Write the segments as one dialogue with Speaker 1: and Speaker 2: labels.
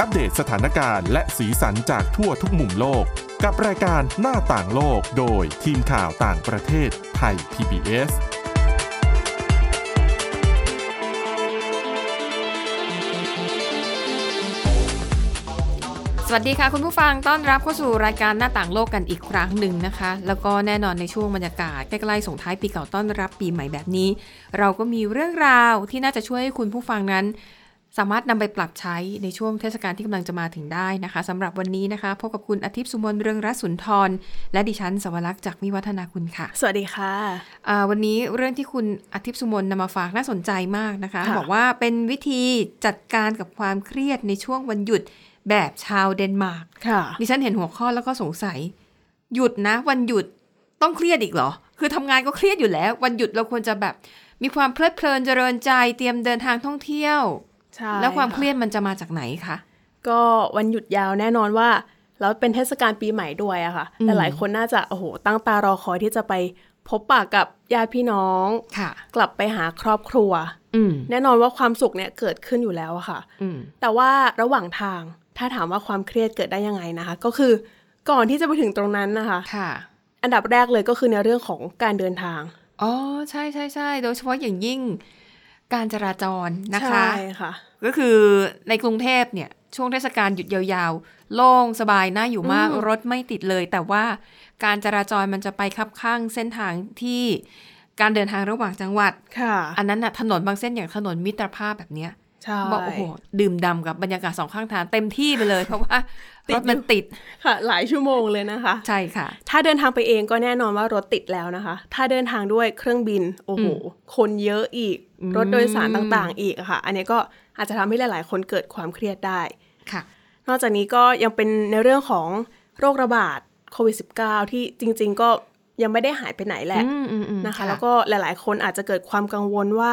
Speaker 1: อัปเดตสถานการณ์และสีสันจากทั่วทุกมุมโลก กับรายการหน้าต่างโลกโดยทีมข่าวต่างประเทศไทย PBS
Speaker 2: สวัสดีค่ะคุณผู้ฟังต้อนรับเข้าสู่รายการหน้าต่างโลกกันอีกครั้งหนึ่งนะคะ แล้วก็แน่นอนในช่วงบรรยากาศใกล้ๆส่งท้ายปีเก่าต้อนรับปีใหม่แบบนี้ เราก็มีเรื่องราวที่น่าจะช่วยให้คุณผู้ฟังนั้น สามารถนำไปปรับใช้ในช่วงเทศกาลที่กำลังจะมาถึงได้นะคะสำหรับวันนี้นะคะพบกับคุณอาทิตย์สุมนเรืองรัศสุนทร และดิฉันสวรักษ์จากวิวัฒนาคุณค่ะ
Speaker 3: สวัสดีค่ะ
Speaker 2: อ่าวันนี้เรื่องที่คุณอาทิตย์สุมนต์นำมาฝากน่าสนใจมากนะคะ
Speaker 3: ค่ะ
Speaker 2: บอกว่าเป็นวิธีจัดการกับความเครียดในช่วงวันหยุดแบบชาวเดนมาร์ก
Speaker 3: ค่ะ
Speaker 2: ดิฉันเห็นหัวข้อแล้วก็สงสัย หยุดนะ วันหยุดต้องเครียดอีกเหรอ คือทำงานก็เครียดอยู่แล้ว วันหยุดเราควรจะแบบ มีความเพลิดเพลินเจริญใจเตรียมเดินทางท่องเที่ยว
Speaker 3: ใช่
Speaker 2: แล้วความ
Speaker 3: ะ
Speaker 2: เครียดมันจะมาจากไหนคะ
Speaker 3: ก็วันหยุดยาวแน่นอนว่า แล้วเป็นเทศกาลปีใหม่ด้วยอะค่ะ
Speaker 2: อืม
Speaker 3: หลายๆคนน่าจะโอ้โหตั้งตารอคอยที่จะไปพบปะกับญาติพี่น้อง
Speaker 2: ค่ะ
Speaker 3: กลับไปหาครอบครัว
Speaker 2: อืม
Speaker 3: แน่นอนว่าความสุขเนี่ยเกิดขึ้นอยู่แล้วอะค่ะ
Speaker 2: อืม
Speaker 3: แต่ว่าระหว่างทางถ้าถามว่าความเครียดเกิดได้ยังไงนะคะ ก็คือก่อนที่จะไปถึงตรงนั้นนะคะ
Speaker 2: ค่ะ
Speaker 3: อันดับแรกเลยก็คือในเรื่องของการเดินทาง
Speaker 2: อ๋อใช่ใช่ใช่โดยเฉพาะอย่างยิ่งการจราจรนะคะ
Speaker 3: ใช่ค่ะ
Speaker 2: ก็คือในกรุงเทพเนี่ย ช่วงเทศกาลหยุดยาวๆ โล่งสบายน่าอยู่มาก
Speaker 3: อืม
Speaker 2: รถไม่ติดเลย แต่ว่าการจราจรมันจะไปคับข้างเส้นทางที่การเดินทางระหว่างจังหวัด
Speaker 3: ค่ะ
Speaker 2: อันนั้นน่ะถนนบางเส้นอย่างถนนมิตรภาพแบบเนี้ย
Speaker 3: ใช่
Speaker 2: บอกโอ้โหดื่มด่ำกับบรรยากาศสองข้างทางเต็มที่ไป เลย เพราะว่า
Speaker 3: ติด
Speaker 2: ร
Speaker 3: อยู่
Speaker 2: ถมันติด
Speaker 3: ค่ะ หลายชั่วโมงเลยนะคะ
Speaker 2: ใช่ค่ะ
Speaker 3: ถ้าเดินทางไปเองก็แน่นอนว่ารถติดแล้วนะคะ ถ้าเดินทางด้วยเครื่องบิน โอ้โห คนเยอะอีก
Speaker 2: อืม
Speaker 3: รถโดยสารต่างๆ อีกอะค่ะ อันนี้ก็อาจจะทำให้หลาย ๆ คนเกิดความเครียดได้
Speaker 2: ค่ะ
Speaker 3: นอกจากนี้ก็ยังเป็นในเรื่องของโรคระบาดโควิด -19 ที่จริง ๆ ก็ยังไม่ได้หายไปไหนแหละ
Speaker 2: อืมอืมอืม
Speaker 3: นะคะ แล้วก็หลายๆ คนอาจจะเกิดความกังวลว่า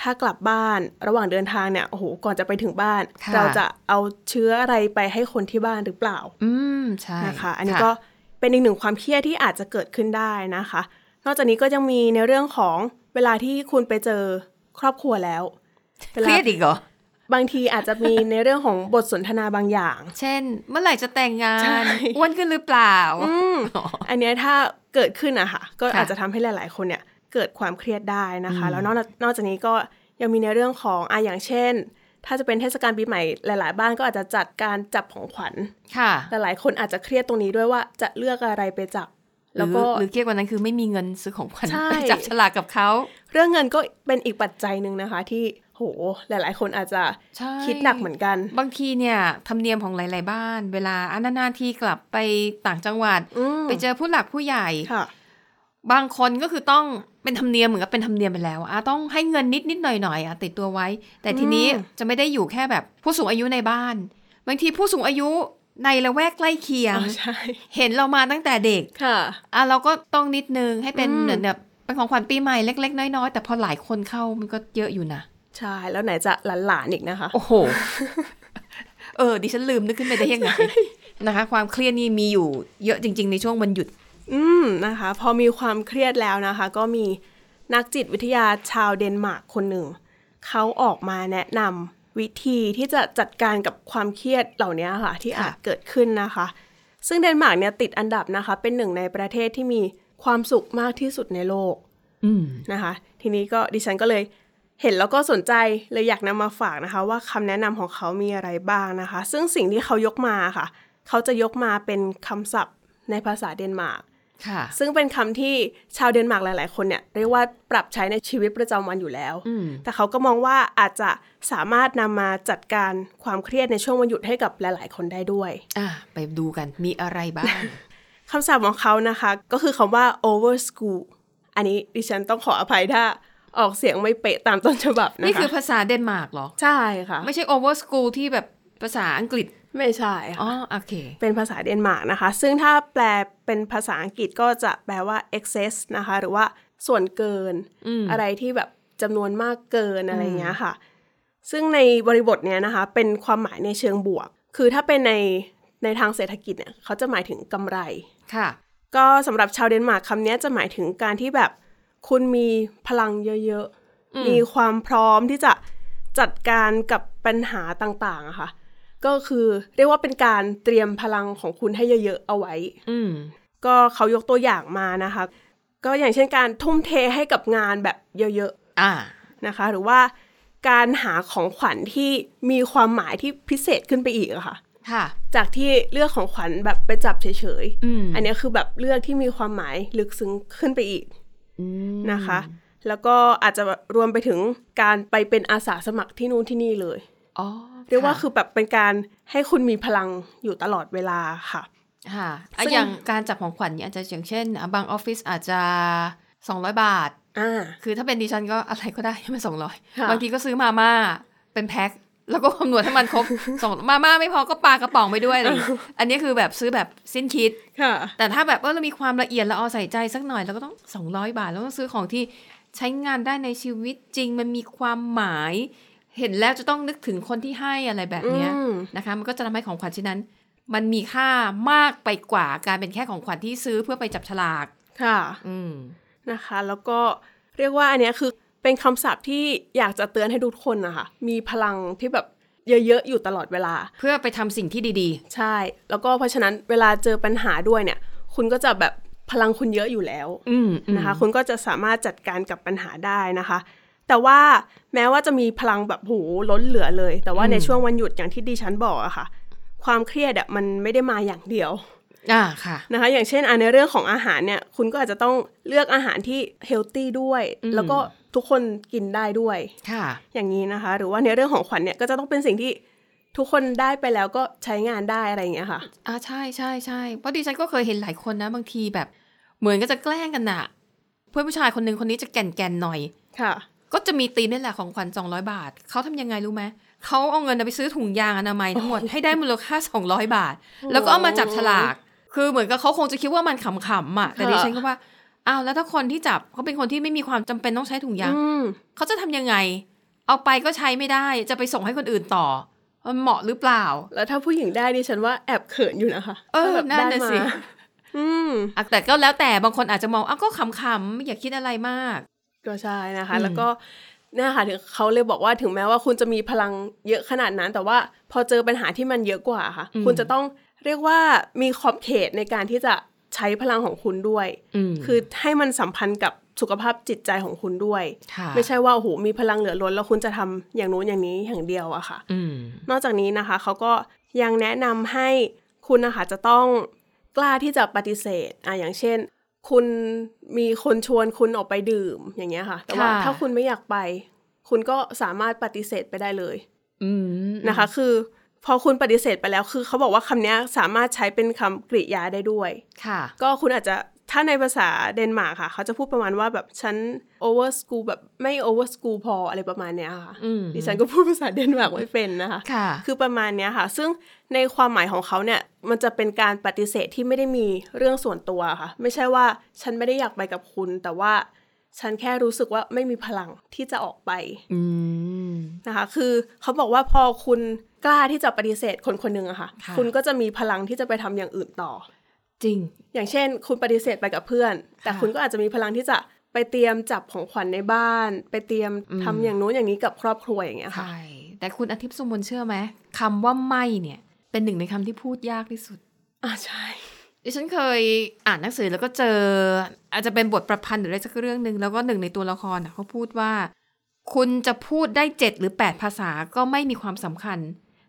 Speaker 3: ถ้ากลับบ้านระหว่างเดินทางเนี่ย โอ้โห ก่อนจะไปถึงบ้าน
Speaker 2: ค่ะ
Speaker 3: เราจะเอาเชื้ออะไรไปให้คนที่บ้านหรือเปล่า
Speaker 2: อืมใช่
Speaker 3: นะคะอันนี้ก็เป็นอีกหนึ่งความเครียดที่อาจจะเกิดขึ้นได้นะคะ นอกจากนี้ก็ยังมีในเรื่องของเวลาที่คุณไปเจอครอบครัวแล้วว
Speaker 2: เค
Speaker 3: ลา
Speaker 2: รียดอีกเหรอ
Speaker 3: บางทีอาจจะมีในเรื่องของบทสนทนาบาง อย่าง
Speaker 2: เช่น เมื่อไหร่จะแต่งงา
Speaker 3: ใช่
Speaker 2: นอ้วนขึ้นหรือเปล่า
Speaker 3: อืมอันเนี้ยถ้าเกิดขึ้นอะค่ะก็อาจจะทำให้หลาย ๆ คนเนี่ยเกิดความเครียดได้นะคะ
Speaker 2: อืม
Speaker 3: แล้วนอกนอกจากนี้ก็ยังมีในเรื่องของอะอย่างเช่น ถ้าจะเป็นเทศกาลปีใหม่หลาย ๆ บ้านก็อาจจะจัดการจับของขวัญ
Speaker 2: ค่ะ
Speaker 3: หลายๆคนอาจจะเครียดตรงนี้ด้วยว่าจะเลือกอะไรไปจับ
Speaker 2: แล้
Speaker 3: แล้ว ว
Speaker 2: ก็
Speaker 3: ก็
Speaker 2: หรือเครียดกว่านั้นคือไม่มีเงินซื้อของขวัญ
Speaker 3: ใช่
Speaker 2: ไปจับฉลากกับเขา
Speaker 3: เรื่องเงินก็เป็นอีกปัจจัยหนึ่งนะคะ ที่โหหลาย ๆ คนอาจจะ
Speaker 2: ใช่
Speaker 3: คิดหนักเหมือนกัน
Speaker 2: บางทีเนี่ยธรรมเนียมของหลาย ๆ บ้าน เวลาอนานานๆทีกลับไปต่างจังหวัด
Speaker 3: อืม
Speaker 2: ไปเจอผู้หลักผู้ใหญ่
Speaker 3: ค่ะ
Speaker 2: บางคนก็คือต้องเป็นธรรมเนียมเหมือนกับเป็นธรรมเนียมไปแล้วอะต้องให้เงินนิดนิดๆหน่อยหน่อยๆอะติดตัวไว้ แต่ทีนี้
Speaker 3: อืม
Speaker 2: จะไม่ได้อยู่แค่แบบผู้สูงอายุในบ้าน บางทีผู้สูงอายุในละแวกใกล้เคียง
Speaker 3: อ๋อใช่
Speaker 2: เห็นเรามาตั้งแต่เด็ก
Speaker 3: ค่ะ
Speaker 2: อ่ะเราก็ต้องนิดนึงให้เป็น
Speaker 3: อืม
Speaker 2: เหมือนแบบเป็นของขวัญปีใหม่เล็ก ๆ น้อยๆแต่พอหลายคนเข้ามันก็เยอะอยู่นะ
Speaker 3: ใช่แล้วไหนจะหลานๆอีกนะคะ
Speaker 2: โอ้โห เออ ดิฉันลืมนึกขึ้นไปได้ยังไง นะคะ ความเครียดนี่มีอยู่เยอะจริง ๆ ในช่วงวันหยุด
Speaker 3: อืมนะคะ พอมีความเครียดแล้วนะคะ ก็มีนักจิตวิทยาชาวเดนมาร์กคนหนึ่งเขาออกมาแนะนำวิธีที่จะจัดการกับความเครียดเหล่านี้ค่ะ ที่
Speaker 2: ค่ะ
Speaker 3: อาจเกิดขึ้นนะคะ ซึ่งเดนมาร์กเนี่ยติดอันดับนะคะ เป็นหนึ่งในประเทศที่มีความสุขมากที่สุดในโลก
Speaker 2: อืม
Speaker 3: นะคะทีนี้ก็ดิฉันก็เลยเห็นแล้วก็สนใจเลยอยากนำมาฝากนะคะ ว่าคำแนะนำของเขามีอะไรบ้างนะคะ ซึ่งสิ่งที่เขายกมาค่ะ เขาจะยกมาเป็นคำศัพท์ในภาษาเดนมาร์ก
Speaker 2: ค่ะ
Speaker 3: ซึ่งเป็นคำที่ชาวเดนมาร์กหลาย ๆ คนเนี่ยเรียกว่าปรับใช้ในชีวิตประจำวันอยู่แล้ว
Speaker 2: อืม
Speaker 3: แต่เขาก็มองว่าอาจจะสามารถนำมาจัดการความเครียดในช่วงวันหยุดให้กับหลาย ๆ คนได้ด้วย
Speaker 2: อ่ะ ไปดูกันมีอะไรบ้าง
Speaker 3: คำศัพท์ของเขานะคะ ก็คือคำว่า over school อันนี้ดิฉันต้องขออภัยถ้าออกเสียงไม่เป๊ะตามต้นฉบับนะ คะ
Speaker 2: นี่คือภาษาเดนมาร์กเหรอ
Speaker 3: ใช่ค่ะ
Speaker 2: ไม่ใช่ over school ที่แบบภาษาอังกฤษ
Speaker 3: ไม่ใช่
Speaker 2: อ๋อ
Speaker 3: ค่ะ
Speaker 2: โอเค
Speaker 3: เป็นภาษาเดนมาร์กนะคะ ซึ่งถ้าแปลเป็นภาษาอังกฤษก็จะแปลว่า excess นะคะ หรือว่าส่วนเกิน
Speaker 2: อืม
Speaker 3: อะไรที่แบบจำนวนมากเกินอะไร
Speaker 2: อืม
Speaker 3: เงี้ยค่ะ ซึ่งในบริบทเนี้ยนะคะ เป็นความหมายในเชิงบวก คือถ้าเป็นในในทางเศรษฐกิจเนี่ยเขาจะหมายถึงกำไร
Speaker 2: ค่ะ
Speaker 3: ก็สำหรับชาวเดนมาร์กคำเนี้ยจะหมายถึงการที่แบบคุณมีพลังเยอะ
Speaker 2: อืม
Speaker 3: ๆ มีความพร้อมที่จะจัดการกับปัญหาต่างๆอะค่ะ ก็คือเรียกว่าเป็นการเตรียมพลังของคุณให้เยอะๆเอาไว้
Speaker 2: อืม
Speaker 3: ก็เขายกตัวอย่างมานะคะ ก็อย่างเช่นการทุ่มเทให้กับงานแบบเยอะ
Speaker 2: อ่า
Speaker 3: ๆนะคะ หรือว่าการหาของขวัญที่มีความหมายที่พิเศษขึ้นไปอีกอะค่ะ
Speaker 2: ค่ะ
Speaker 3: จากที่เลือกของขวัญแบบไปจับเฉย
Speaker 2: อืม
Speaker 3: ๆ อันเนี้ยคือแบบเลือกที่มีความหมายลึกซึ้งขึ้นไปอีก
Speaker 2: อืม
Speaker 3: นะคะ แล้วก็อาจจะรวมไปถึงการไปเป็นอาสาสมัครที่นู่นที่นี่เลย
Speaker 2: อ๋อ
Speaker 3: เรียกว่า
Speaker 2: ะ
Speaker 3: คือแบบเป็นการให้คุณมีพลังอยู่ตลอดเวลาค่ะ
Speaker 2: ค่ะอ่ะ
Speaker 3: ซึ่ง
Speaker 2: อย่างการจับของขวัญเนี่ยอาจจะอย่างเช่นอ่ะบางออฟฟิศอาจจะ 200 บาท
Speaker 3: อ่า
Speaker 2: คือถ้าเป็นดิฉันก็อะไรก็ได้ ให้มันสองร้อย
Speaker 3: ค่ะ
Speaker 2: บางทีก็ซื้อมาม่าเป็นแพ็คแล้วก็คำนวณให้มันครบ สองมาม่าไม่พอก็ปลากระป๋องไปด้วยอะไรอย่างเงี้ยอันนี้คือแบบซื้อแบบสิ้นคิด
Speaker 3: ค่ะ
Speaker 2: แต่ถ้าแบบเออเรามีความละเอียดละออใส่ใจสักหน่อยเราก็ต้อง 200 บาทเราต้องซื้อของที่ใช้งานได้ในชีวิตจริงมันมีความหมาย เห็นแล้วจะต้องนึกถึงคนที่ให้อะไรแบบเนี้ย
Speaker 3: อืม
Speaker 2: นะคะ มันก็จะทำให้ของขวัญชิ้นนั้น มันมีค่ามากไปกว่าการเป็นแค่ของขวัญที่ซื้อเพื่อไปจับฉลาก
Speaker 3: ค่ะ
Speaker 2: อืม
Speaker 3: นะคะ แล้วก็เรียกว่าอันเนี้ยคือเป็นคำศัพท์ที่อยากจะเตือนให้ทุกคนนะคะมีพลังที่แบบเยอะๆอยู่ตลอดเวลา
Speaker 2: เพื่อไปทำสิ่งที่ดี
Speaker 3: ใช่ แล้วก็เพราะฉะนั้นเวลาเจอปัญหาด้วยเนี่ย คุณก็จะแบบพลังคุณเยอะอยู่แล้ว
Speaker 2: ๆ อืมอืม
Speaker 3: นะคะ คุณก็จะสามารถจัดการกับปัญหาได้นะคะ แต่ว่าแม้ว่าจะมีพลังแบบโหล้นเหลือเลย แต่ว่าในช่วงวันหยุดอย่างที่ดิฉันบอกอะค่ะ ความเครียดอะมันไม่ได้มาอย่างเดียว
Speaker 2: อ่าค่ะ
Speaker 3: นะคะ อย่างเช่นอ่ะในเรื่องของอาหารเนี่ย คุณก็อาจจะต้องเลือกอาหารที่เฮลตี้ด้วย
Speaker 2: อืม
Speaker 3: แล้วก็ทุกคนกินได้ด้วย
Speaker 2: ค่ะ
Speaker 3: อย่างนี้นะคะ หรือว่าในเรื่องของขวัญเนี่ยก็จะต้องเป็นสิ่งที่ทุกคนได้ไปแล้วก็ใช้งานได้อะไรอย่างเงี้ยค่ะ
Speaker 2: อ่าใช่ใช่ใช่เพราะดิฉันก็เคยเห็นหลายคนนะ บางทีแบบ เหมือนก็จะแกล้งกันอะเพื่อนผู้ชายคนหนึ่งคนนี้จะแก่นแก่นๆหน่อย
Speaker 3: ค่ะ
Speaker 2: ก็จะมีตีนนี่แหละของขวัญ200 บาท เขาทำยังไงรู้ไหม เขาเอาเงินไปซื้อถุงยางอนามัยทั้งหมด ให้ได้มูลค่า 200 บาท แล้วก็เอามาจับฉลาก คือเหมือนกับเขาคงจะคิดว่ามันขำๆอ่ะ แต่
Speaker 3: ค่ะ
Speaker 2: ดิฉันก็ว่า อ้าวแล้วถ้าคนที่จับเขาเป็นคนที่ไม่มีความจำเป็นต้องใช้ถุงยาง
Speaker 3: อืม
Speaker 2: เขาจะทำยังไง เอาไปก็ใช้ไม่ได้ จะไปส่งให้คนอื่นต่อ มันเหมาะหรือเปล่า
Speaker 3: แล้วถ้าผู้หญิงได้ดิฉันว่าแอบเขินอยู่นะคะ
Speaker 2: เออ
Speaker 3: ถ้าแบบ
Speaker 2: นั่น
Speaker 3: ได้
Speaker 2: น่ะ
Speaker 3: มา
Speaker 2: สิ
Speaker 3: อืม
Speaker 2: อ่ะแต่ก็แล้วแต่บางคนอาจจะมองอ้าวก็ขำๆอย่าคิดอะไรมาก
Speaker 3: ก็ใช่นะคะ
Speaker 2: อืม
Speaker 3: แล้วก็เนี่ยค่ะถึงเขาเลยบอกว่าถึงแม้ว่าคุณจะมีพลังเยอะขนาดนั้น แต่ว่าพอเจอปัญหาที่มันเยอะกว่าค่ะ คุณจะต้องเรียกว่ามีขอบเขตในการที่จะใช้พลังของคุณด้วย คือให้มันสัมพันธ์กับสุขภาพจิตใจของคุณด้วย
Speaker 2: ค่ะ
Speaker 3: ไม่ใช่ว่าโอ้โหมีพลังเหลือล้นแล้วคุณจะทำอย่างนู้นอย่างนี้อย่างเดียวอะค่ะ
Speaker 2: อืม
Speaker 3: นอกจากนี้นะคะเขาก็ยังแนะนำให้คุณนะคะจะต้องกล้าที่จะปฏิเสธอ่ะอย่างเช่น คุณมีคนชวนคุณออกไปดื่มอย่างเงี้ยค่ะ แต่ว่า
Speaker 2: ค่ะ
Speaker 3: ถ้าคุณไม่อยากไป คุณก็สามารถปฏิเสธไปได้เลย
Speaker 2: อืม
Speaker 3: นะคะ คือพอคุณปฏิเสธไปแล้วคือเขาบอกว่าคำเนี้ยสามารถใช้เป็นคำกริยาได้ด้วย
Speaker 2: ค่ะ
Speaker 3: ก็คุณอาจจะถ้าในภาษาเดนมาร์กค่ะ เขาจะพูดประมาณว่าแบบฉัน over school แบบไม่ over school พออะไรประมาณเนี้ยค่ะ
Speaker 2: อืม
Speaker 3: ดิฉันก็พูดภาษาเดนมาร์กไม่เป็นนะคะ
Speaker 2: ค่ะ
Speaker 3: คือประมาณเนี้ยค่ะ ซึ่งในความหมายของเขาเนี่ย มันจะเป็นการปฏิเสธที่ไม่ได้มีเรื่องส่วนตัวค่ะ ไม่ใช่ว่าฉันไม่ได้อยากไปกับคุณ แต่ว่าฉันแค่รู้สึกว่าไม่มีพลังที่จะออกไป
Speaker 2: อืม
Speaker 3: นะคะ คือเขาบอกว่าพอคุณกล้าที่จะปฏิเสธคนคนหนึ่งอะค่ะ
Speaker 2: ค่ะ
Speaker 3: คุณก็จะมีพลังที่จะไปทำอย่างอื่นต่อ
Speaker 2: จริง
Speaker 3: อย่างเช่น คุณปฏิเสธไปกับเพื่อน แต่
Speaker 2: ค่ะ
Speaker 3: คุณก็อาจจะมีพลังที่จะไปเตรียมจับของขวัญในบ้าน ไปเตรียม
Speaker 2: อืม
Speaker 3: ทำอย่างนู้นอย่างนี้กับครอบครัวอย่างเงี้ยค่ะ
Speaker 2: ใช่แต่คุณอาทิตย์สมบูรณ์เชื่อไหมคำว่าไม่เนี่ย เป็นหนึ่งในคำที่พูดยากที่สุด
Speaker 3: อ่าใช่
Speaker 2: ดิฉันเคยอ่านหนังสือแล้วก็เจอ อาจจะเป็นบทประพันธ์หรืออะไรสักเรื่องหนึ่งแล้วก็หนึ่งในตัวละครน่ะเขาพูดว่า คุณจะพูดได้เจ็ดหรือแปดภาษาก็ไม่มีความสำคัญ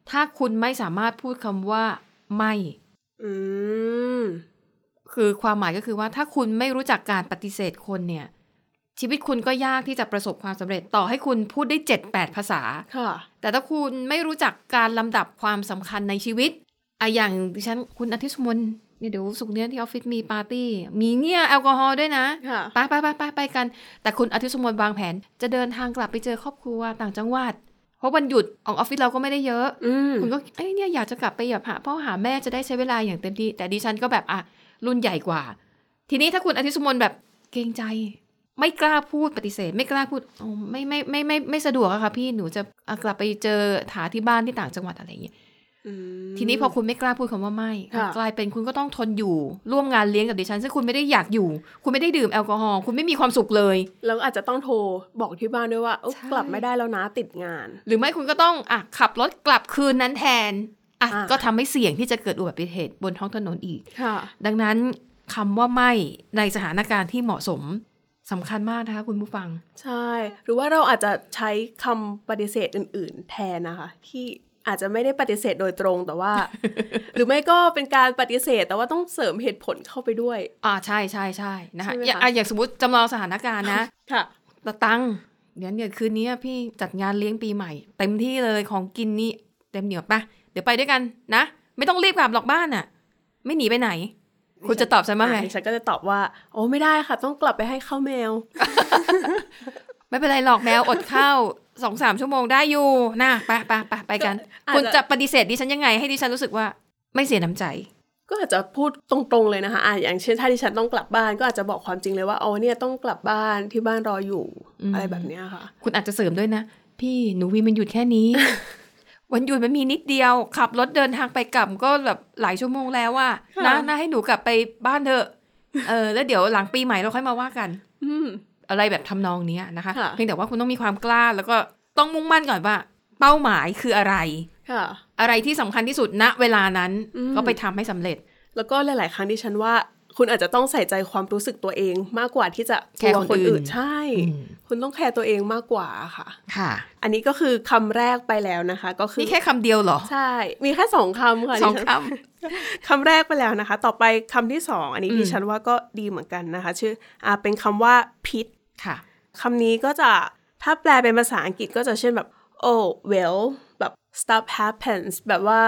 Speaker 2: ถ้าคุณไม่สามารถพูดคำว่าไม่
Speaker 3: อืม
Speaker 2: คือความหมายก็คือว่าถ้าคุณไม่รู้จักการปฏิเสธคนเนี่ย ชีวิตคุณก็ยากที่จะประสบความสำเร็จต่อให้คุณพูดได้เจ็ดแปดภาษา
Speaker 3: ค่ะ
Speaker 2: แต่ถ้าคุณไม่รู้จักการลำดับความสำคัญในชีวิตอะอย่างดิฉันคุณอาทิตย์สมนต์เนี่ยเดี๋ยวสุกร์เนี้ยที่ออฟฟิศมีปาร์ตี้ มีเนี่ยแอลกอฮอล์ด้วยนะ
Speaker 3: ค่ะ
Speaker 2: ไปไปไปไปไปกัน แต่คุณอาทิตย์สมนต์วางแผน จะเดินทางกลับไปเจอครอบครัวต่างจังหวัด เพราะวันหยุดของออฟฟิศเราก็ไม่ได้เยอะ
Speaker 3: อืม
Speaker 2: คุณก็เอ้ยเนี่ยอยากจะกลับไปแบบหาพ่อหาแม่จะได้ใช้เวลาอย่างเต็มที่ แต่ดิฉันก็แบบอ่ะรุ่นใหญ่กว่า ทีนี้ถ้าคุณอาทิตย์สมนต์แบบเกรงใจ ไม่กล้าพูดปฏิเสธ ไม่กล้าพูดอ๋อไม่ไม่ไม่ไมไม่ไม่สะดวกอะค่ะพี่หนูจะอ่ะกลับไปเจอถาที่บ้านที่ต่างจังหวัดอะไรอย่างเงี้ยทีนี้พอคุณไม่กล้าพูดคำว่าไม่
Speaker 3: ค่ะ
Speaker 2: กลายเป็นคุณก็ต้องทนอยู่ ร่วมงานเลี้ยงกับดิฉัน ซึ่งคุณไม่ได้อยากอยู่ คุณไม่ได้ดื่มแอลกอฮอล์คุณไม่มีความสุขเลย
Speaker 3: แล้วอาจจะต้องโทรบอกที่บ้านด้วยว่าเอ้า
Speaker 2: ใช่
Speaker 3: กลับไม่ได้แล้วนะติดงาน
Speaker 2: หรือไม่คุณก็ต้องอ่ะขับรถกลับคืนนั้นแทน อ่ะ
Speaker 3: อ่า
Speaker 2: ก็ทำให้เสี่ยงที่จะเกิดอุบัติเหตุบนท้องถนนอีก
Speaker 3: ค่ะ
Speaker 2: ดังนั้นคำว่าไม่ในสถานการณ์ที่เหมาะสมสำคัญมากนะคะคุณผู้ฟัง
Speaker 3: ใช่ หรือว่าเราอาจจะใช้คำปฏิเสธอื่น ๆ แทนนะคะ ที่อาจจะไม่ได้ปฏิเสธโดยตรงแต่ ว่า หรือไม่ก็เป็นการปฏิเสธ แต่ว่าต้องเสริมเหตุผลเข้าไปด้วย
Speaker 2: อ่าใช่ใช่ใช่นะคะ
Speaker 3: ใช่ไหม
Speaker 2: อย่าง
Speaker 3: คะ
Speaker 2: อ่ะอย่างสมมติจำลองสถานการณ์นะ
Speaker 3: ค่ะ
Speaker 2: ตะตังเดี๋ยวเนี่ยคืนนี้พี่จัดงานเลี้ยงปีใหม่ เต็มที่เลยของกินนี่เต็มเหนียวปะเดี๋ยวไปด้วยกันนะ ไม่ต้องรีบกลับหรอกบ้านอ่ะ ไม่หนีไปไหน คุณจะตอบฉันว่าไง
Speaker 3: อ่ะดิฉันก็จะตอบว่า โอ้ไม่ได้ค่ะ ต้องกลับไปให้ข้าวแมว
Speaker 2: ไม่เป็นไรหรอกแมวอดข้าวสองสามชั่วโมงได้อยู่นะไปไปไปไปกัน
Speaker 3: อาจจะ
Speaker 2: คุณจะปฏิเสธดิฉันยังไง ให้ดิฉันรู้สึกว่าไม่เสียน้ำใจ
Speaker 3: ก็อาจจะพูดตรง ๆ เลยนะคะอ่ะอย่างเช่น ถ้าดิฉันต้องกลับบ้าน ก็อาจจะบอกความจริงเลยว่าโอ้เนี่ยต้องกลับบ้านที่บ้านรออยู่
Speaker 2: อืม
Speaker 3: อะไรแบบเนี้ยค่ะ
Speaker 2: คุณอาจจะเสริมด้วยนะ พี่หนูวีมันหยุดแค่นี้ วันหยุดมันมีนิดเดียว ขับรถเดินทางไปกลับก็แบบหลายชั่วโมงแล้วว่า
Speaker 3: ค่ะ
Speaker 2: นะนะให้หนูกลับไปบ้านเถอะเออแล้วเดี๋ยวหลังปีใหม่เราค่อยมาว่ากัน
Speaker 3: อืม
Speaker 2: อะไรแบบทำนองเนี้ยนะคะ
Speaker 3: ค่ะ
Speaker 2: เพียงแต่ว่าคุณต้องมีความกล้า แล้วก็ต้องมุ่งมั่นก่อนว่า เป้าหมายคืออะไร
Speaker 3: ค่ะ
Speaker 2: อะไรที่สำคัญที่สุดณเวลานั้น
Speaker 3: อืม
Speaker 2: ก็ไปทำให้สำเร็จ
Speaker 3: แล้วก็หลาย ๆ ครั้งดิฉันว่า คุณอาจจะต้องใส่ใจความรู้สึกตัวเองมากกว่าที่จะ
Speaker 2: แคร์
Speaker 3: กลัว
Speaker 2: คนอื่น
Speaker 3: ใช่
Speaker 2: อืม
Speaker 3: คุณต้องแคร์ตัวเองมากกว่าค่ะ
Speaker 2: ค่ะ
Speaker 3: อันนี้ก็คือคำแรกไปแล้วนะคะ ก็คือ
Speaker 2: นี่แค่คำเดียวเหรอ
Speaker 3: ใช่ มีแค่สองคำค่ะ
Speaker 2: สอง
Speaker 3: ดิฉัน
Speaker 2: ค
Speaker 3: คำแรกไปแล้วนะคะ ต่อไปคำที่สองอันนี้
Speaker 2: อืม
Speaker 3: ดิฉันว่าก็ดีเหมือนกันนะคะ ชื่ออ่าเป็นคำว่าพิษ
Speaker 2: ำค่ะ
Speaker 3: คำนี้ก็จะถ้าแปลเป็นภาษาอังกฤษก็จะเช่นแบบ oh well แบบ stuff happens แบบว่า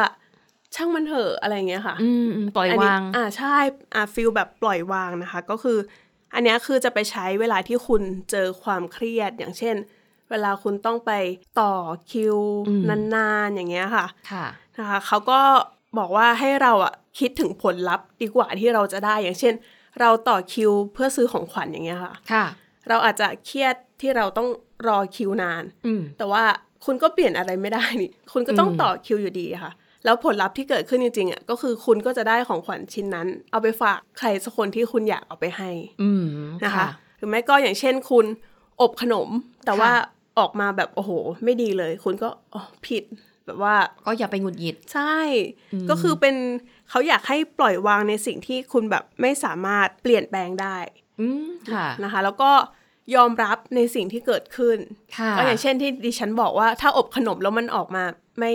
Speaker 3: ช่างมันเถอะอะไรอย่างเงี้ยค่ะ
Speaker 2: อืมอืมปล่อยวาง
Speaker 3: นนี้อ่าใช่อ่าฟิลแบบปล่อยวางนะคะ ก็คือ อันเนี้ยคือจะไปใช้เวลาที่คุณเจอความเครียดอย่างเช่น เวลาคุณต้องไปต่อคิว
Speaker 2: อืม
Speaker 3: นานๆอย่างเงี้ยค่ะ
Speaker 2: ค่ะ
Speaker 3: นะคะเขาก็บอกว่าให้เราอ่ะคิดถึงผลลัพธ์ดีกว่าที่เราจะได้อย่างเช่น เราต่อคิวเพื่อซื้อของขวัญอย่างเงี้ยค่ะ
Speaker 2: ค่ะ
Speaker 3: เราอาจจะเครียดที่เราต้องรอคิวนาน
Speaker 2: อืม
Speaker 3: แต่ว่าคุณก็เปลี่ยนอะไรไม่ได้นี่ คุณก็ต้อง
Speaker 2: อืม
Speaker 3: ต่อคิวอยู่ดีค่ะ แล้วผลลัพธ์ที่เกิดขึ้นจริงๆอ่ะก็คือคุณก็จะได้ของขวัญชิ้นนั้น เอาไปฝากใครสักคนที่คุณอยากเอาไปให้
Speaker 2: อืม
Speaker 3: นะคะ
Speaker 2: ค่ะ
Speaker 3: หรือไม่ก็อย่างเช่นคุณอบขนม แต่ว่า
Speaker 2: ค่ะ
Speaker 3: ออกมาแบบโอ้โห ไม่ดีเลย คุณก็อ๋อผิดแบบว่า
Speaker 2: ก็อย่าไปหงุดหงิด
Speaker 3: ใช่
Speaker 2: อืม
Speaker 3: ก็คือเป็นเขาอยากให้ปล่อยวางในสิ่งที่คุณแบบไม่สามารถเปลี่ยนแปลงได้
Speaker 2: อืมค่ะ
Speaker 3: นะคะ แล้วก็ยอมรับในสิ่งที่เกิดขึ้น
Speaker 2: ค่ะ
Speaker 3: ก็อย่างเช่นที่ดิฉันบอกว่าถ้าอบขนมแล้วมันออกมาไม่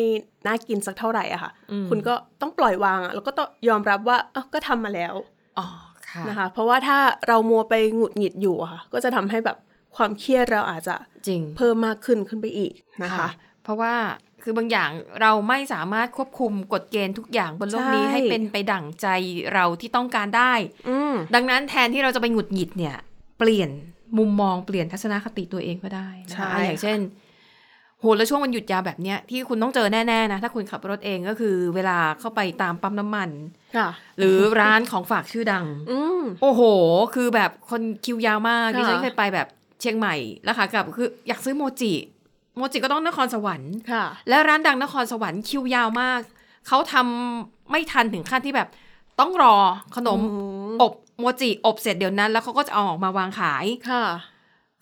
Speaker 3: น่ากินสักเท่าไหร่อะค่ะ
Speaker 2: อืม
Speaker 3: คุณก็ต้องปล่อยวางอะแล้วก็ต้องยอมรับว่าเอ้าก็ทำมาแล้ว
Speaker 2: อ๋อค่ะ
Speaker 3: นะคะ เพราะว่าถ้าเรามัวไปหงุดหงิดอยู่อะค่ะ ก็จะทำให้แบบความเครียดเราอาจจะ
Speaker 2: จริง
Speaker 3: เพิ่มมากขึ้นขึ้นไปอีกนะคะ
Speaker 2: เพราะว่าคือบางอย่างเราไม่สามารถควบคุมกฎเกณฑ์ทุกอย่างบนโลกนี้
Speaker 3: ใช่
Speaker 2: ให้เป็นไปดั่งใจเราที่ต้องการได้
Speaker 3: อืม
Speaker 2: ดังนั้นแทนที่เราจะไปหงุดหงิดเนี่ย เปลี่ยนมุมมองเปลี่ยนทัศนคติตัวเองก็ได้นะคะอ่ะอย่างเช่นโหแล้วช่วงวันหยุดยาวแบบเนี้ยที่คุณต้องเจอแน่ๆนะถ้าคุณขับรถเองก็คือเวลาเข้าไปตามปั๊มน้ำมัน
Speaker 3: ค่ะ
Speaker 2: ห รือร้านของฝากชื่อดัง
Speaker 3: อืม
Speaker 2: โอ้โห คือแบบคนคิวยาวมาก
Speaker 3: ค่ะ
Speaker 2: ดิฉันเคยไปแบบเชียงใหม่แล้วค่ะกลับคืออยากซื้อโมจิ โมจิก็ต้องนครสวรรค์
Speaker 3: ค่ะ
Speaker 2: และร้านดังนครสวรรค์คิวยาวมาก เขาทำไม่ทันถึงขั้นที่แบบ ต้องรอขนม
Speaker 3: อืม
Speaker 2: อบโมจิอบเสร็จเดี๋ยวนั้น แล้วเขาก็จะเอาออกมาวางขาย
Speaker 3: ค่ะ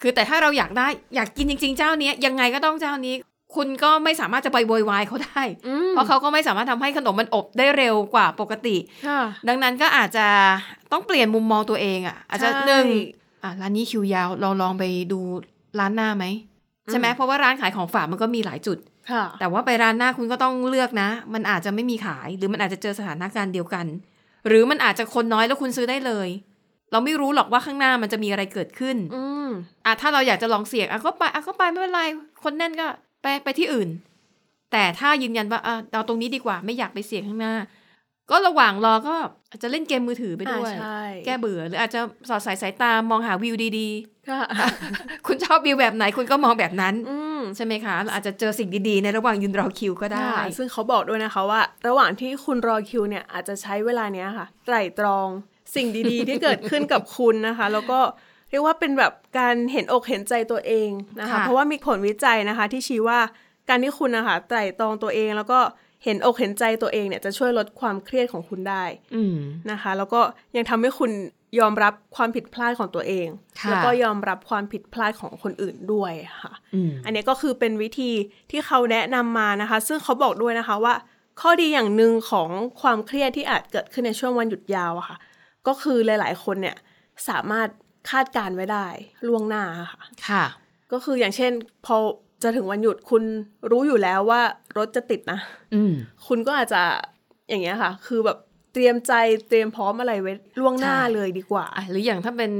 Speaker 2: คือแต่ถ้าเราอยากได้อยากกินจริง ๆ เจ้าเนี้ยยังไงก็ต้องเจ้านี้ คุณก็ไม่สามารถจะไปโวยวายเขาได้
Speaker 3: อืม
Speaker 2: เพราะเขาก็ไม่สามารถทำให้ขนมมันอบได้เร็วกว่าปกติ
Speaker 3: ค่ะ
Speaker 2: ดังนั้นก็อาจจะต้องเปลี่ยนมุมมองตัวเองอ่ะ อาจจะ
Speaker 3: ใช่
Speaker 2: หนึ่งอ่ะร้านนี้คิวยาวเราลองไปดูร้านหน้าไหมใช่ไหม
Speaker 3: อืม
Speaker 2: เพราะว่าร้านขายของฝากมันก็มีหลายจุด
Speaker 3: ค่ะ
Speaker 2: แต่ว่าไปร้านหน้าคุณก็ต้องเลือกนะ มันอาจจะไม่มีขาย หรือมันอาจจะเจอสถานการณ์เดียวกัน หรือมันอาจจะคนน้อยแล้วคุณซื้อได้เลย เราไม่รู้หรอกว่าข้างหน้ามันจะมีอะไรเกิดขึ้น
Speaker 3: อืม
Speaker 2: อ่ะถ้าเราอยากจะลองเสี่ยงอ่ะก็ไปอ่ะก็ไปไม่เป็นไร คนแน่นก็ไปไปที่อื่น แต่ถ้ายืนยันว่าอ่ะเราตรงนี้ดีกว่าไม่อยากไปเสี่ยงข้างหน้า ก็ระหว่างรอก็อาจจะเล่นเกมมือถือไปด้วย
Speaker 3: อ่าใช่
Speaker 2: แก้เบื่อหรืออาจจะสอดสายสายตามองหาวิวดี
Speaker 3: ค่ะ
Speaker 2: ๆ คุณชอบวิวแบบไหนคุณก็มองแบบนั้น
Speaker 3: อืม
Speaker 2: ใช่ไหมคะเราอาจจะเจอสิ่งดีๆในระหว่างยืนรอคิวก็ได้
Speaker 3: ค่ะซึ่งเขาบอกด้วยนะคะว่า ระหว่างที่คุณรอคิวเนี่ยอาจจะใช้เวลาเนี้ยค่ะไตร่ตรองสิ่งดีๆ ที่เกิดขึ้นกับคุณนะคะ แล้วก็เรียกว่าเป็นแบบการเห็นอกเห็นใจตัวเองนะคะ
Speaker 2: ค่ะ
Speaker 3: เพราะว่ามีผลวิจัยนะคะ ที่ชี้ว่าการที่คุณนะคะไตร่ตรองตัวเอง แล้วก็เห็นอกเห็นใจตัวเองเนี่ยจะช่วยลดความเครียดของคุณได้
Speaker 2: อืม
Speaker 3: นะคะ แล้วก็ยังทำให้คุณยอมรับความผิดพลาดของตัวเอง
Speaker 2: ค่ะ
Speaker 3: แล้วก็ยอมรับความผิดพลาดของคนอื่นด้วยค่ะ
Speaker 2: อืม
Speaker 3: อันเนี้ยก็คือเป็นวิธีที่เขาแนะนำมานะคะ ซึ่งเขาบอกด้วยนะคะว่า ข้อดีอย่างหนึ่งของความเครียดที่อาจเกิดขึ้นในช่วงวันหยุดยาวอะค่ะ ก็คือหลาย ๆ คนเนี่ยสามารถคาดการณ์ไว้ได้ล่วงหน้าค่ะ
Speaker 2: ค่ะ
Speaker 3: ก็คืออย่างเช่น พอจะถึงวันหยุดคุณรู้อยู่แล้วว่ารถจะติดนะ
Speaker 2: อืม
Speaker 3: คุณก็อาจจะอย่างเงี้ยค่ะ คือแบบเตรียมใจเตรียมพร้อมอะไรไว้ล่วงหน้า
Speaker 2: ใช่
Speaker 3: เลยดีกว่า
Speaker 2: อ่ะหรืออย่างถ้าเป็น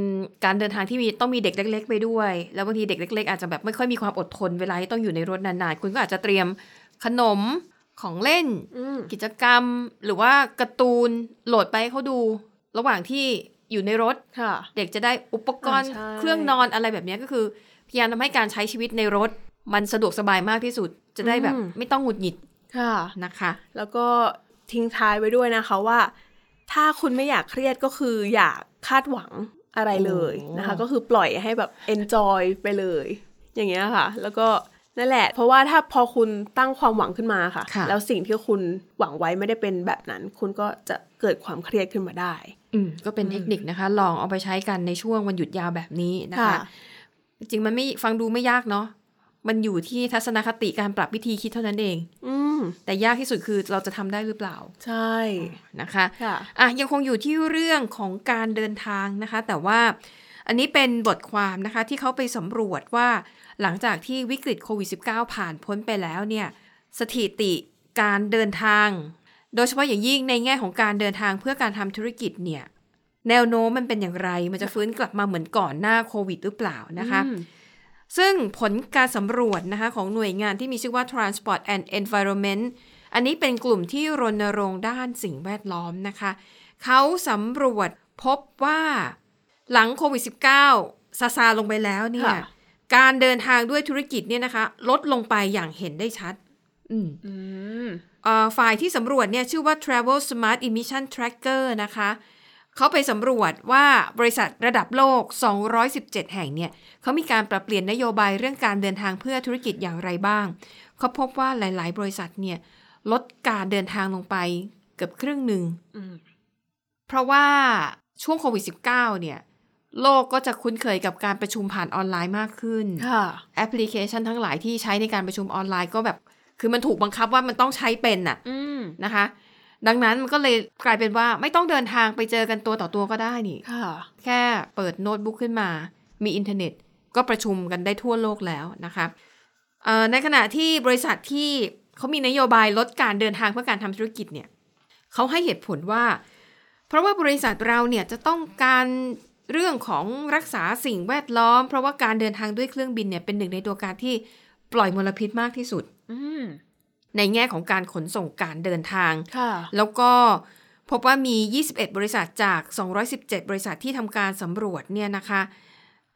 Speaker 2: การเดินทางที่มีต้องมีเด็กเล็ก ๆ ไปด้วย แล้วบางทีเด็กเล็ก ๆ อาจจะแบบไม่ค่อยมีความอดทนเวลาที่ต้องอยู่ในรถนานๆ คุณก็อาจจะเตรียมขนมของเล่น
Speaker 3: อืม
Speaker 2: กิจกรรม หรือว่าการ์ตูนโหลดไปให้เขาดู ระหว่างที่อยู่ในรถ
Speaker 3: ค่ะ
Speaker 2: เด็กจะได้อุปกรณ์
Speaker 3: อ่าใช่
Speaker 2: เครื่องนอนอะไรแบบเนี้ยก็คือพยายามทำให้การใช้ชีวิตในรถ มันสะดวกสบายมากที่สุด จะได้แบบไม่ต้องหงุดหงิด
Speaker 3: ค่ะ
Speaker 2: นะคะ
Speaker 3: แล้วก็ทิ้งท้ายไว้ด้วยนะคะว่า ถ้าคุณไม่อยากเครียดก็คืออย่าคาดหวังอะไรเลย
Speaker 2: โอ้
Speaker 3: นะคะ ก็คือปล่อยให้แบบ enjoy ไปเลย อย่างเงี้ยค่ะ แล้วก็นั่นแหละ เพราะว่าถ้าพอคุณตั้งความหวังขึ้นมาค่ะ
Speaker 2: ค่ะ
Speaker 3: แล้วสิ่งที่คุณหวังไว้ไม่ได้เป็นแบบนั้น คุณก็จะเกิดความเครียดขึ้นมาได้
Speaker 2: อืมก็เป็นเทคนิคนะคะ ลองเอาไปใช้กันในช่วงวันหยุดยาวแบบนี้นะคะ จริงๆมันไม่ฟังดูไม่ยากเนาะ มันอยู่ที่ทัศนคติการปรับวิธีคิดเท่านั้นเอง
Speaker 3: อืม
Speaker 2: แต่ยากที่สุดคือเราจะทำได้หรือเปล่า
Speaker 3: ใช่
Speaker 2: นะคะ
Speaker 3: ค่ะ
Speaker 2: อ่ะยังคงอยู่ที่เรื่องของการเดินทางนะคะ แต่ว่าอันนี้เป็นบทความนะคะที่เขาไปสำรวจว่าหลังจากที่วิกฤตโควิด -19 ผ่านพ้นไปแล้วเนี่ยสถิติการเดินทาง โดยเฉพาะอย่างยิ่งในแง่ของการเดินทางเพื่อการทำธุรกิจเนี่ยแนวโน้มมันเป็นอย่างไร มันจะฟื้นกลับมาเหมือนก่อนหน้าโควิดหรือเปล่านะคะ ซึ่งผลการสำรวจนะคะของหน่วยงานที่มีชื่อว่า Transport and Environment อันนี้เป็นกลุ่มที่รณรงค์ด้านสิ่งแวดล้อมนะคะ เขาสำรวจพบว่าหลังโควิด -19 ซาซาลงไปแล้วเนี่ย
Speaker 3: ค่ะ
Speaker 2: การเดินทางด้วยธุรกิจเนี่ยนะคะ ลดลงไปอย่างเห็นได้ชัด อืม
Speaker 3: อืม
Speaker 2: เอ่อฝ่ายที่สำรวจเนี่ยชื่อว่า Travel Smart Emission Tracker นะคะ เขาไปสำรวจว่าบริษัทระดับโลก 217 แห่งเนี่ยเขามีการปรับเปลี่ยนนโยบายเรื่องการเดินทางเพื่อธุรกิจอย่างไรบ้าง เขาพบว่าหลาย ๆ บริษัทเนี่ยลดการเดินทางลงไปเกือบครึ่งหนึ่ง
Speaker 3: อืม
Speaker 2: เพราะว่าช่วงโควิด -19 เนี่ยโลกก็จะคุ้นเคยกับการประชุมผ่านออนไลน์มากขึ้น
Speaker 3: ค่ะ
Speaker 2: แอปพลิเคชันทั้งหลายที่ใช้ในการประชุมออนไลน์ก็แบบ คือมันถูกบังคับว่ามันต้องใช้เป็นน่ะ
Speaker 3: อืม
Speaker 2: นะคะ ดังนั้นมันก็เลยกลายเป็นว่าไม่ต้องเดินทางไปเจอกันตัวต่อตัวก็ได้นี่
Speaker 3: ค่ะ
Speaker 2: แค่เปิดโน้ตบุ๊กขึ้นมา มีอินเทอร์เน็ต ก็ประชุมกันได้ทั่วโลกแล้วนะคะเอ่อในขณะที่บริษัทที่เขามีนโยบายลดการเดินทางเพื่อการทำธุรกิจเนี่ยเขาให้เหตุผลว่า เพราะว่าบริษัทเราเนี่ยจะต้องการเรื่องของรักษาสิ่งแวดล้อม เพราะว่าการเดินทางด้วยเครื่องบินเนี่ยเป็นหนึ่งในตัวการที่ปล่อยมลพิษมากที่สุด
Speaker 3: อืม
Speaker 2: ในแง่ของการขนส่งการเดินทาง
Speaker 3: ค่ะ
Speaker 2: แล้วก็พบว่ามี 21 บริษัทจาก 217 บริษัทที่ทำการสำรวจเนี่ยนะคะ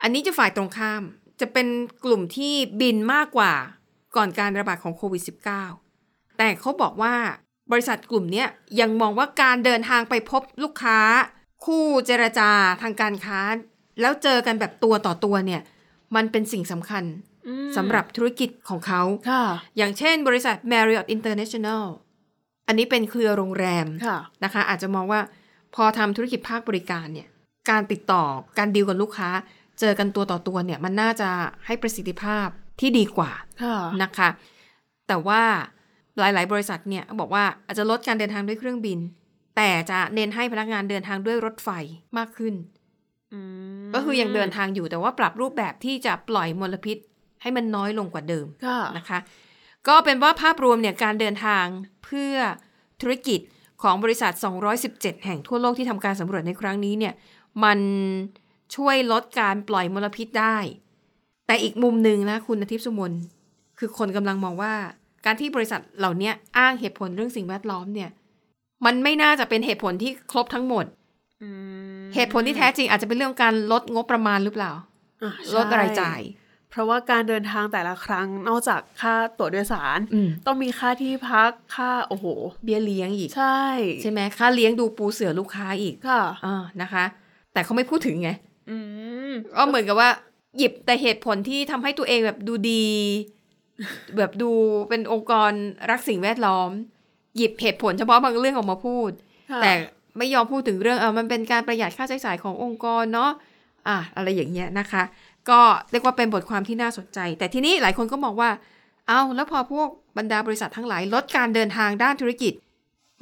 Speaker 2: อันนี้จะฝ่ายตรงข้าม จะเป็นกลุ่มที่บินมากกว่าก่อนการระบาดของโควิด -19 แต่เขาบอกว่าบริษัทกลุ่มเนี้ยยังมองว่าการเดินทางไปพบลูกค้า คู่เจรจาทางการค้า แล้วเจอกันแบบตัวต่อตัวเนี่ย มันเป็นสิ่งสำคัญสำหรับธุรกิจของเขา
Speaker 3: ค่ะ
Speaker 2: อย่างเช่นบริษัท Marriott International อันนี้เป็นเครือโรงแรม
Speaker 3: ค่ะ
Speaker 2: นะคะ อาจจะมองว่าพอทำธุรกิจภาคบริการเนี่ย การติดต่อการดีลกับลูกค้า เจอกันตัวต่อตัวเนี่ย มันน่าจะให้ประสิทธิภาพที่ดีกว่า
Speaker 3: ค่ะ
Speaker 2: นะคะ แต่ว่าหลาย ๆ บริษัทเนี่ยบอกว่าอาจจะลดการเดินทางด้วยเครื่องบิน แต่จะเน้นให้พนักงานเดินทางด้วยรถไฟมากขึ้น ก็คือยังเดินทางอยู่แต่ว่าปรับรูปแบบที่จะปล่อยมลพิษ ให้มันน้อยลงกว่าเดิม
Speaker 3: ค่ะ
Speaker 2: นะคะก็เป็นว่าภาพรวมเนี่ยการเดินทางเพื่อธุรกิจของบริษัท 217 แห่งทั่วโลกที่ทำการสำรวจในครั้งนี้เนี่ยมันช่วยลดการปล่อยมลพิษได้ แต่อีกมุมหนึ่งนะคุณอาทิตย์สุมนคือคนกำลังมองว่า การที่บริษัทเหล่าเนี้ยอ้างเหตุผลเรื่องสิ่งแวดล้อมเนี่ยมันไม่น่าจะเป็นเหตุผลที่ครบทั้งหมด เหตุผลที่แท้จริงอาจจะเป็นเรื่องการลดงบประมาณหรือเปล่า
Speaker 3: อ่ะ
Speaker 2: ลดรายจ่าย
Speaker 3: ใช่เพราะว่าการเดินทางแต่ละครั้งนอกจากค่าตั๋วโดยสาร
Speaker 2: อืม
Speaker 3: ต้องมีค่าที่พักค่าโอ้โห
Speaker 2: เบี้ยเลี้ยงอีก
Speaker 3: ใช่
Speaker 2: ใช่ไหมค่าเลี้ยงดูปูเสือลูกค้าอีก
Speaker 3: ค่ะ
Speaker 2: อ่านะคะ แต่เขาไม่พูดถึงไง
Speaker 3: อืม
Speaker 2: ก็เหมือนกับว่า หยิบแต่เหตุผลที่ทำให้ตัวเองแบบดูดี แบบดูเป็นองค์กรรักสิ่งแวดล้อม หยิบเหตุผลเฉพาะบางเรื่องออกมาพูด
Speaker 3: ค่ะ
Speaker 2: แต่ไม่ยอมพูดถึงเรื่องเออมันเป็นการประหยัดค่าใช้จ่ายขององค์กรเนาะอ่ะอะไรอย่างเงี้ยนะคะ ก็เรียกว่าเป็นบทความที่น่าสนใจ แต่ทีนี้หลายคนก็มองว่า เอาแล้วพอพวกบรรดาบริษัททั้งหลายลดการเดินทางด้านธุรกิจ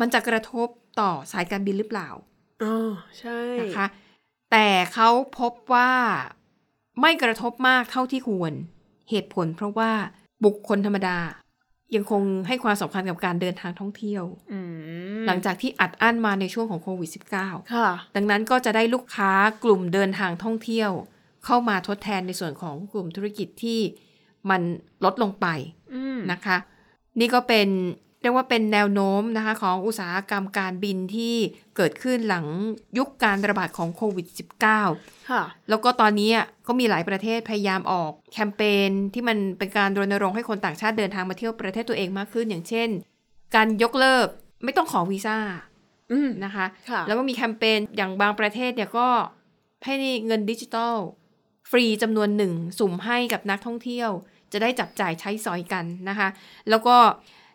Speaker 2: มันจะกระทบต่อสายการบินหรือเปล่า
Speaker 3: อ๋อใช่
Speaker 2: นะคะ แต่เขาพบว่าไม่กระทบมากเท่าที่ควร เหตุผลเพราะว่าบุคคลธรรมดา ยังคงให้ความสำคัญกับการเดินทางท่องเที่ยว
Speaker 3: อืม
Speaker 2: หลังจากที่อัดอั้นมาในช่วงของโควิด
Speaker 3: ค่ะ
Speaker 2: -19 ดังนั้นก็จะได้ลูกค้ากลุ่มเดินทางท่องเที่ยว เข้ามาทดแทนในส่วนของกลุ่มธุรกิจที่มันลดลงไป
Speaker 3: อืม
Speaker 2: นะคะ นี่ก็เป็นเรียกว่าเป็นแนวโน้มนะคะของอุตสาหกรรมการบินที่เกิดขึ้นหลังยุคการระบาดของโควิด -19
Speaker 3: ค่ะ
Speaker 2: แล้วก็ตอนนี้อ่ะก็มีหลายประเทศพยายามออกแคมเปญที่มันเป็นการรณรงค์ให้คนต่างชาติเดินทางมาเที่ยวประเทศตัวเองมากขึ้น อย่างเช่น การยกเลิกไม่ต้องขอวีซ่า
Speaker 3: อืม
Speaker 2: นะคะ
Speaker 3: ค่ะ
Speaker 2: แล้วก็มีแคมเปญอย่างบางประเทศเนี่ยก็ให้เงินดิจิทัล ฟรีจำนวนหนึ่งสุ่มให้กับนักท่องเที่ยว จะได้จับจ่ายใช้สอยกันนะคะ แล้วก็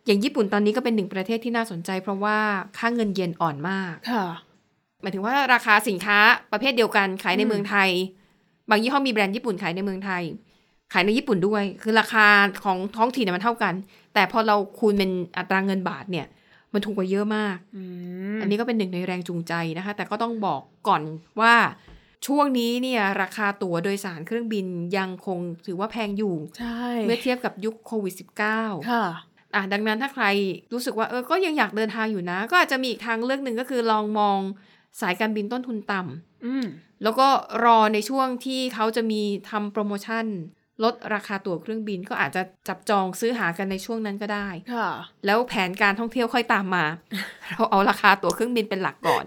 Speaker 2: อย่างญี่ปุ่นตอนนี้ก็เป็นหนึ่งประเทศที่น่าสนใจ เพราะว่าค่าเงินเยนอ่อนมาก
Speaker 3: ค่ะ
Speaker 2: หมายถึงว่าราคาสินค้าประเภทเดียวกันขายใน
Speaker 3: อืม
Speaker 2: เมืองไทย บางยี่ห้อมีแบรนด์ญี่ปุ่นขายในเมืองไทย ขายในญี่ปุ่นด้วย คือราคาของท้องถิ่นเนี่ยมันเท่ากัน แต่พอเราคูณเป็นอัตราเงินบาทเนี่ย มันถูกกว่าเยอะมาก
Speaker 3: อื
Speaker 2: อันนี้ก็เป็นหนึ่งในแรงจูงใจนะคะ แต่ก็ต้องบอกก่อนว่าช่วงนี้เนี่ยราคาตั๋วโดยสารเครื่องบินยังคงถือว่าแพงอยู่
Speaker 3: ใช่
Speaker 2: เมื่อเทียบกับยุคโควิด -19
Speaker 3: ค่ะ
Speaker 2: อ่ะดังนั้นถ้าใครรู้สึกว่าเออก็ยังอยากเดินทางอยู่นะ ก็อาจจะมีอีกทางเลือกหนึ่งก็คือลองมองสายการบินต้นทุนต่ำ
Speaker 3: อืม
Speaker 2: แล้วก็รอในช่วงที่เขาจะมีทำโปรโมชั่น ลดราคาตั๋วเครื่องบิน ก็อาจจะจับจองซื้อหากันในช่วงนั้นก็ได้
Speaker 3: ค่ะ
Speaker 2: แล้วแผนการท่องเที่ยวค่อยตามมา เราเอาราคาตั๋วเครื่องบินเป็นหลักก่อน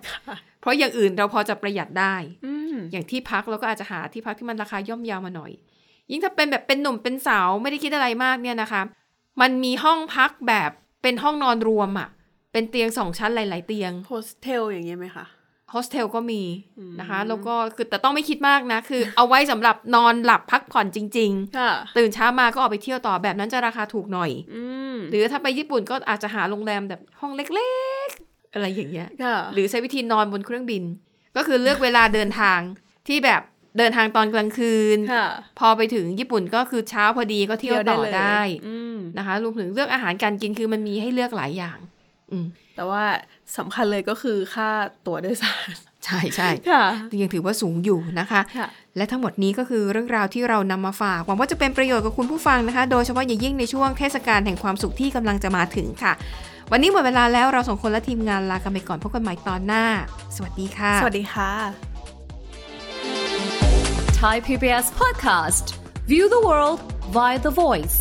Speaker 2: เพราะอย่างอื่นเราพอจะประหยัดได้
Speaker 3: อืม
Speaker 2: อย่างที่พักเราก็อาจจะหาที่พักที่มันราคาย่อมเยาวมาหน่อย ยิ่งถ้าเป็นแบบเป็นหนุ่มเป็นสาวไม่ได้คิดอะไรมากเนี่ยนะคะ มันมีห้องพักแบบเป็นห้องนอนรวมอะเป็นเตียงสองชั้นหลาย ๆ เตียง
Speaker 3: โฮสเทลอย่างเงี้ยไหมคะ
Speaker 2: โฮสเทลก็มี
Speaker 3: อืม
Speaker 2: นะคะ แล้วก็คือแต่ต้องไม่คิดมากนะ คือ เอาไว้สำหรับนอนหลับพักผ่อนจริง
Speaker 3: ค่ะ
Speaker 2: ๆ ตื่นเช้ามาก็ออกไปเที่ยวต่อแบบนั้นจะราคาถูกหน่อย
Speaker 3: อืม
Speaker 2: หรือถ้าไปญี่ปุ่นก็อาจจะหาโรงแรมแบบห้องเล็กๆ อะไรอย่างเงี้ย
Speaker 3: ค่ะ
Speaker 2: หรือใช้วิธีนอนบนเครื่องบิน ก็คือเลือกเวลาเดินทางที่แบบเดินทางตอนกลางคืน
Speaker 3: ค่ะ
Speaker 2: พอไปถึงญี่ปุ่นก็คือเช้าพอดีก็เที่ยวต่อ
Speaker 3: เลย
Speaker 2: ได้
Speaker 3: อืม
Speaker 2: นะคะรวมถึงเลือกอาหารการกินคือมันมีให้เลือกหลายอย่าง อืม
Speaker 3: แต่ว่าสำคัญเลยก็คือค่าตั๋วโดยสาร
Speaker 2: ใช่ใช่
Speaker 3: ค่ะ
Speaker 2: ยังถือว่าสูงอยู่นะคะ
Speaker 3: ค่ะ
Speaker 2: และทั้งหมดนี้ก็คือเรื่องราวที่เรานำมาฝาก หวังว่าจะเป็นประโยชน์กับคุณผู้ฟังนะคะ โดยเฉพาะอย่างยิ่งในช่วงเทศกาลแห่งความสุขที่กำลังจะมาถึงค่ะ วันนี้หมดเวลาแล้วเราสองคนและทีมงานลากันไปก่อนพบกันใหม่ตอนหน้า สวัสดีค่ะ
Speaker 3: สวัสดีค่ะ
Speaker 4: Thai PBS podcast. View the world via the voice.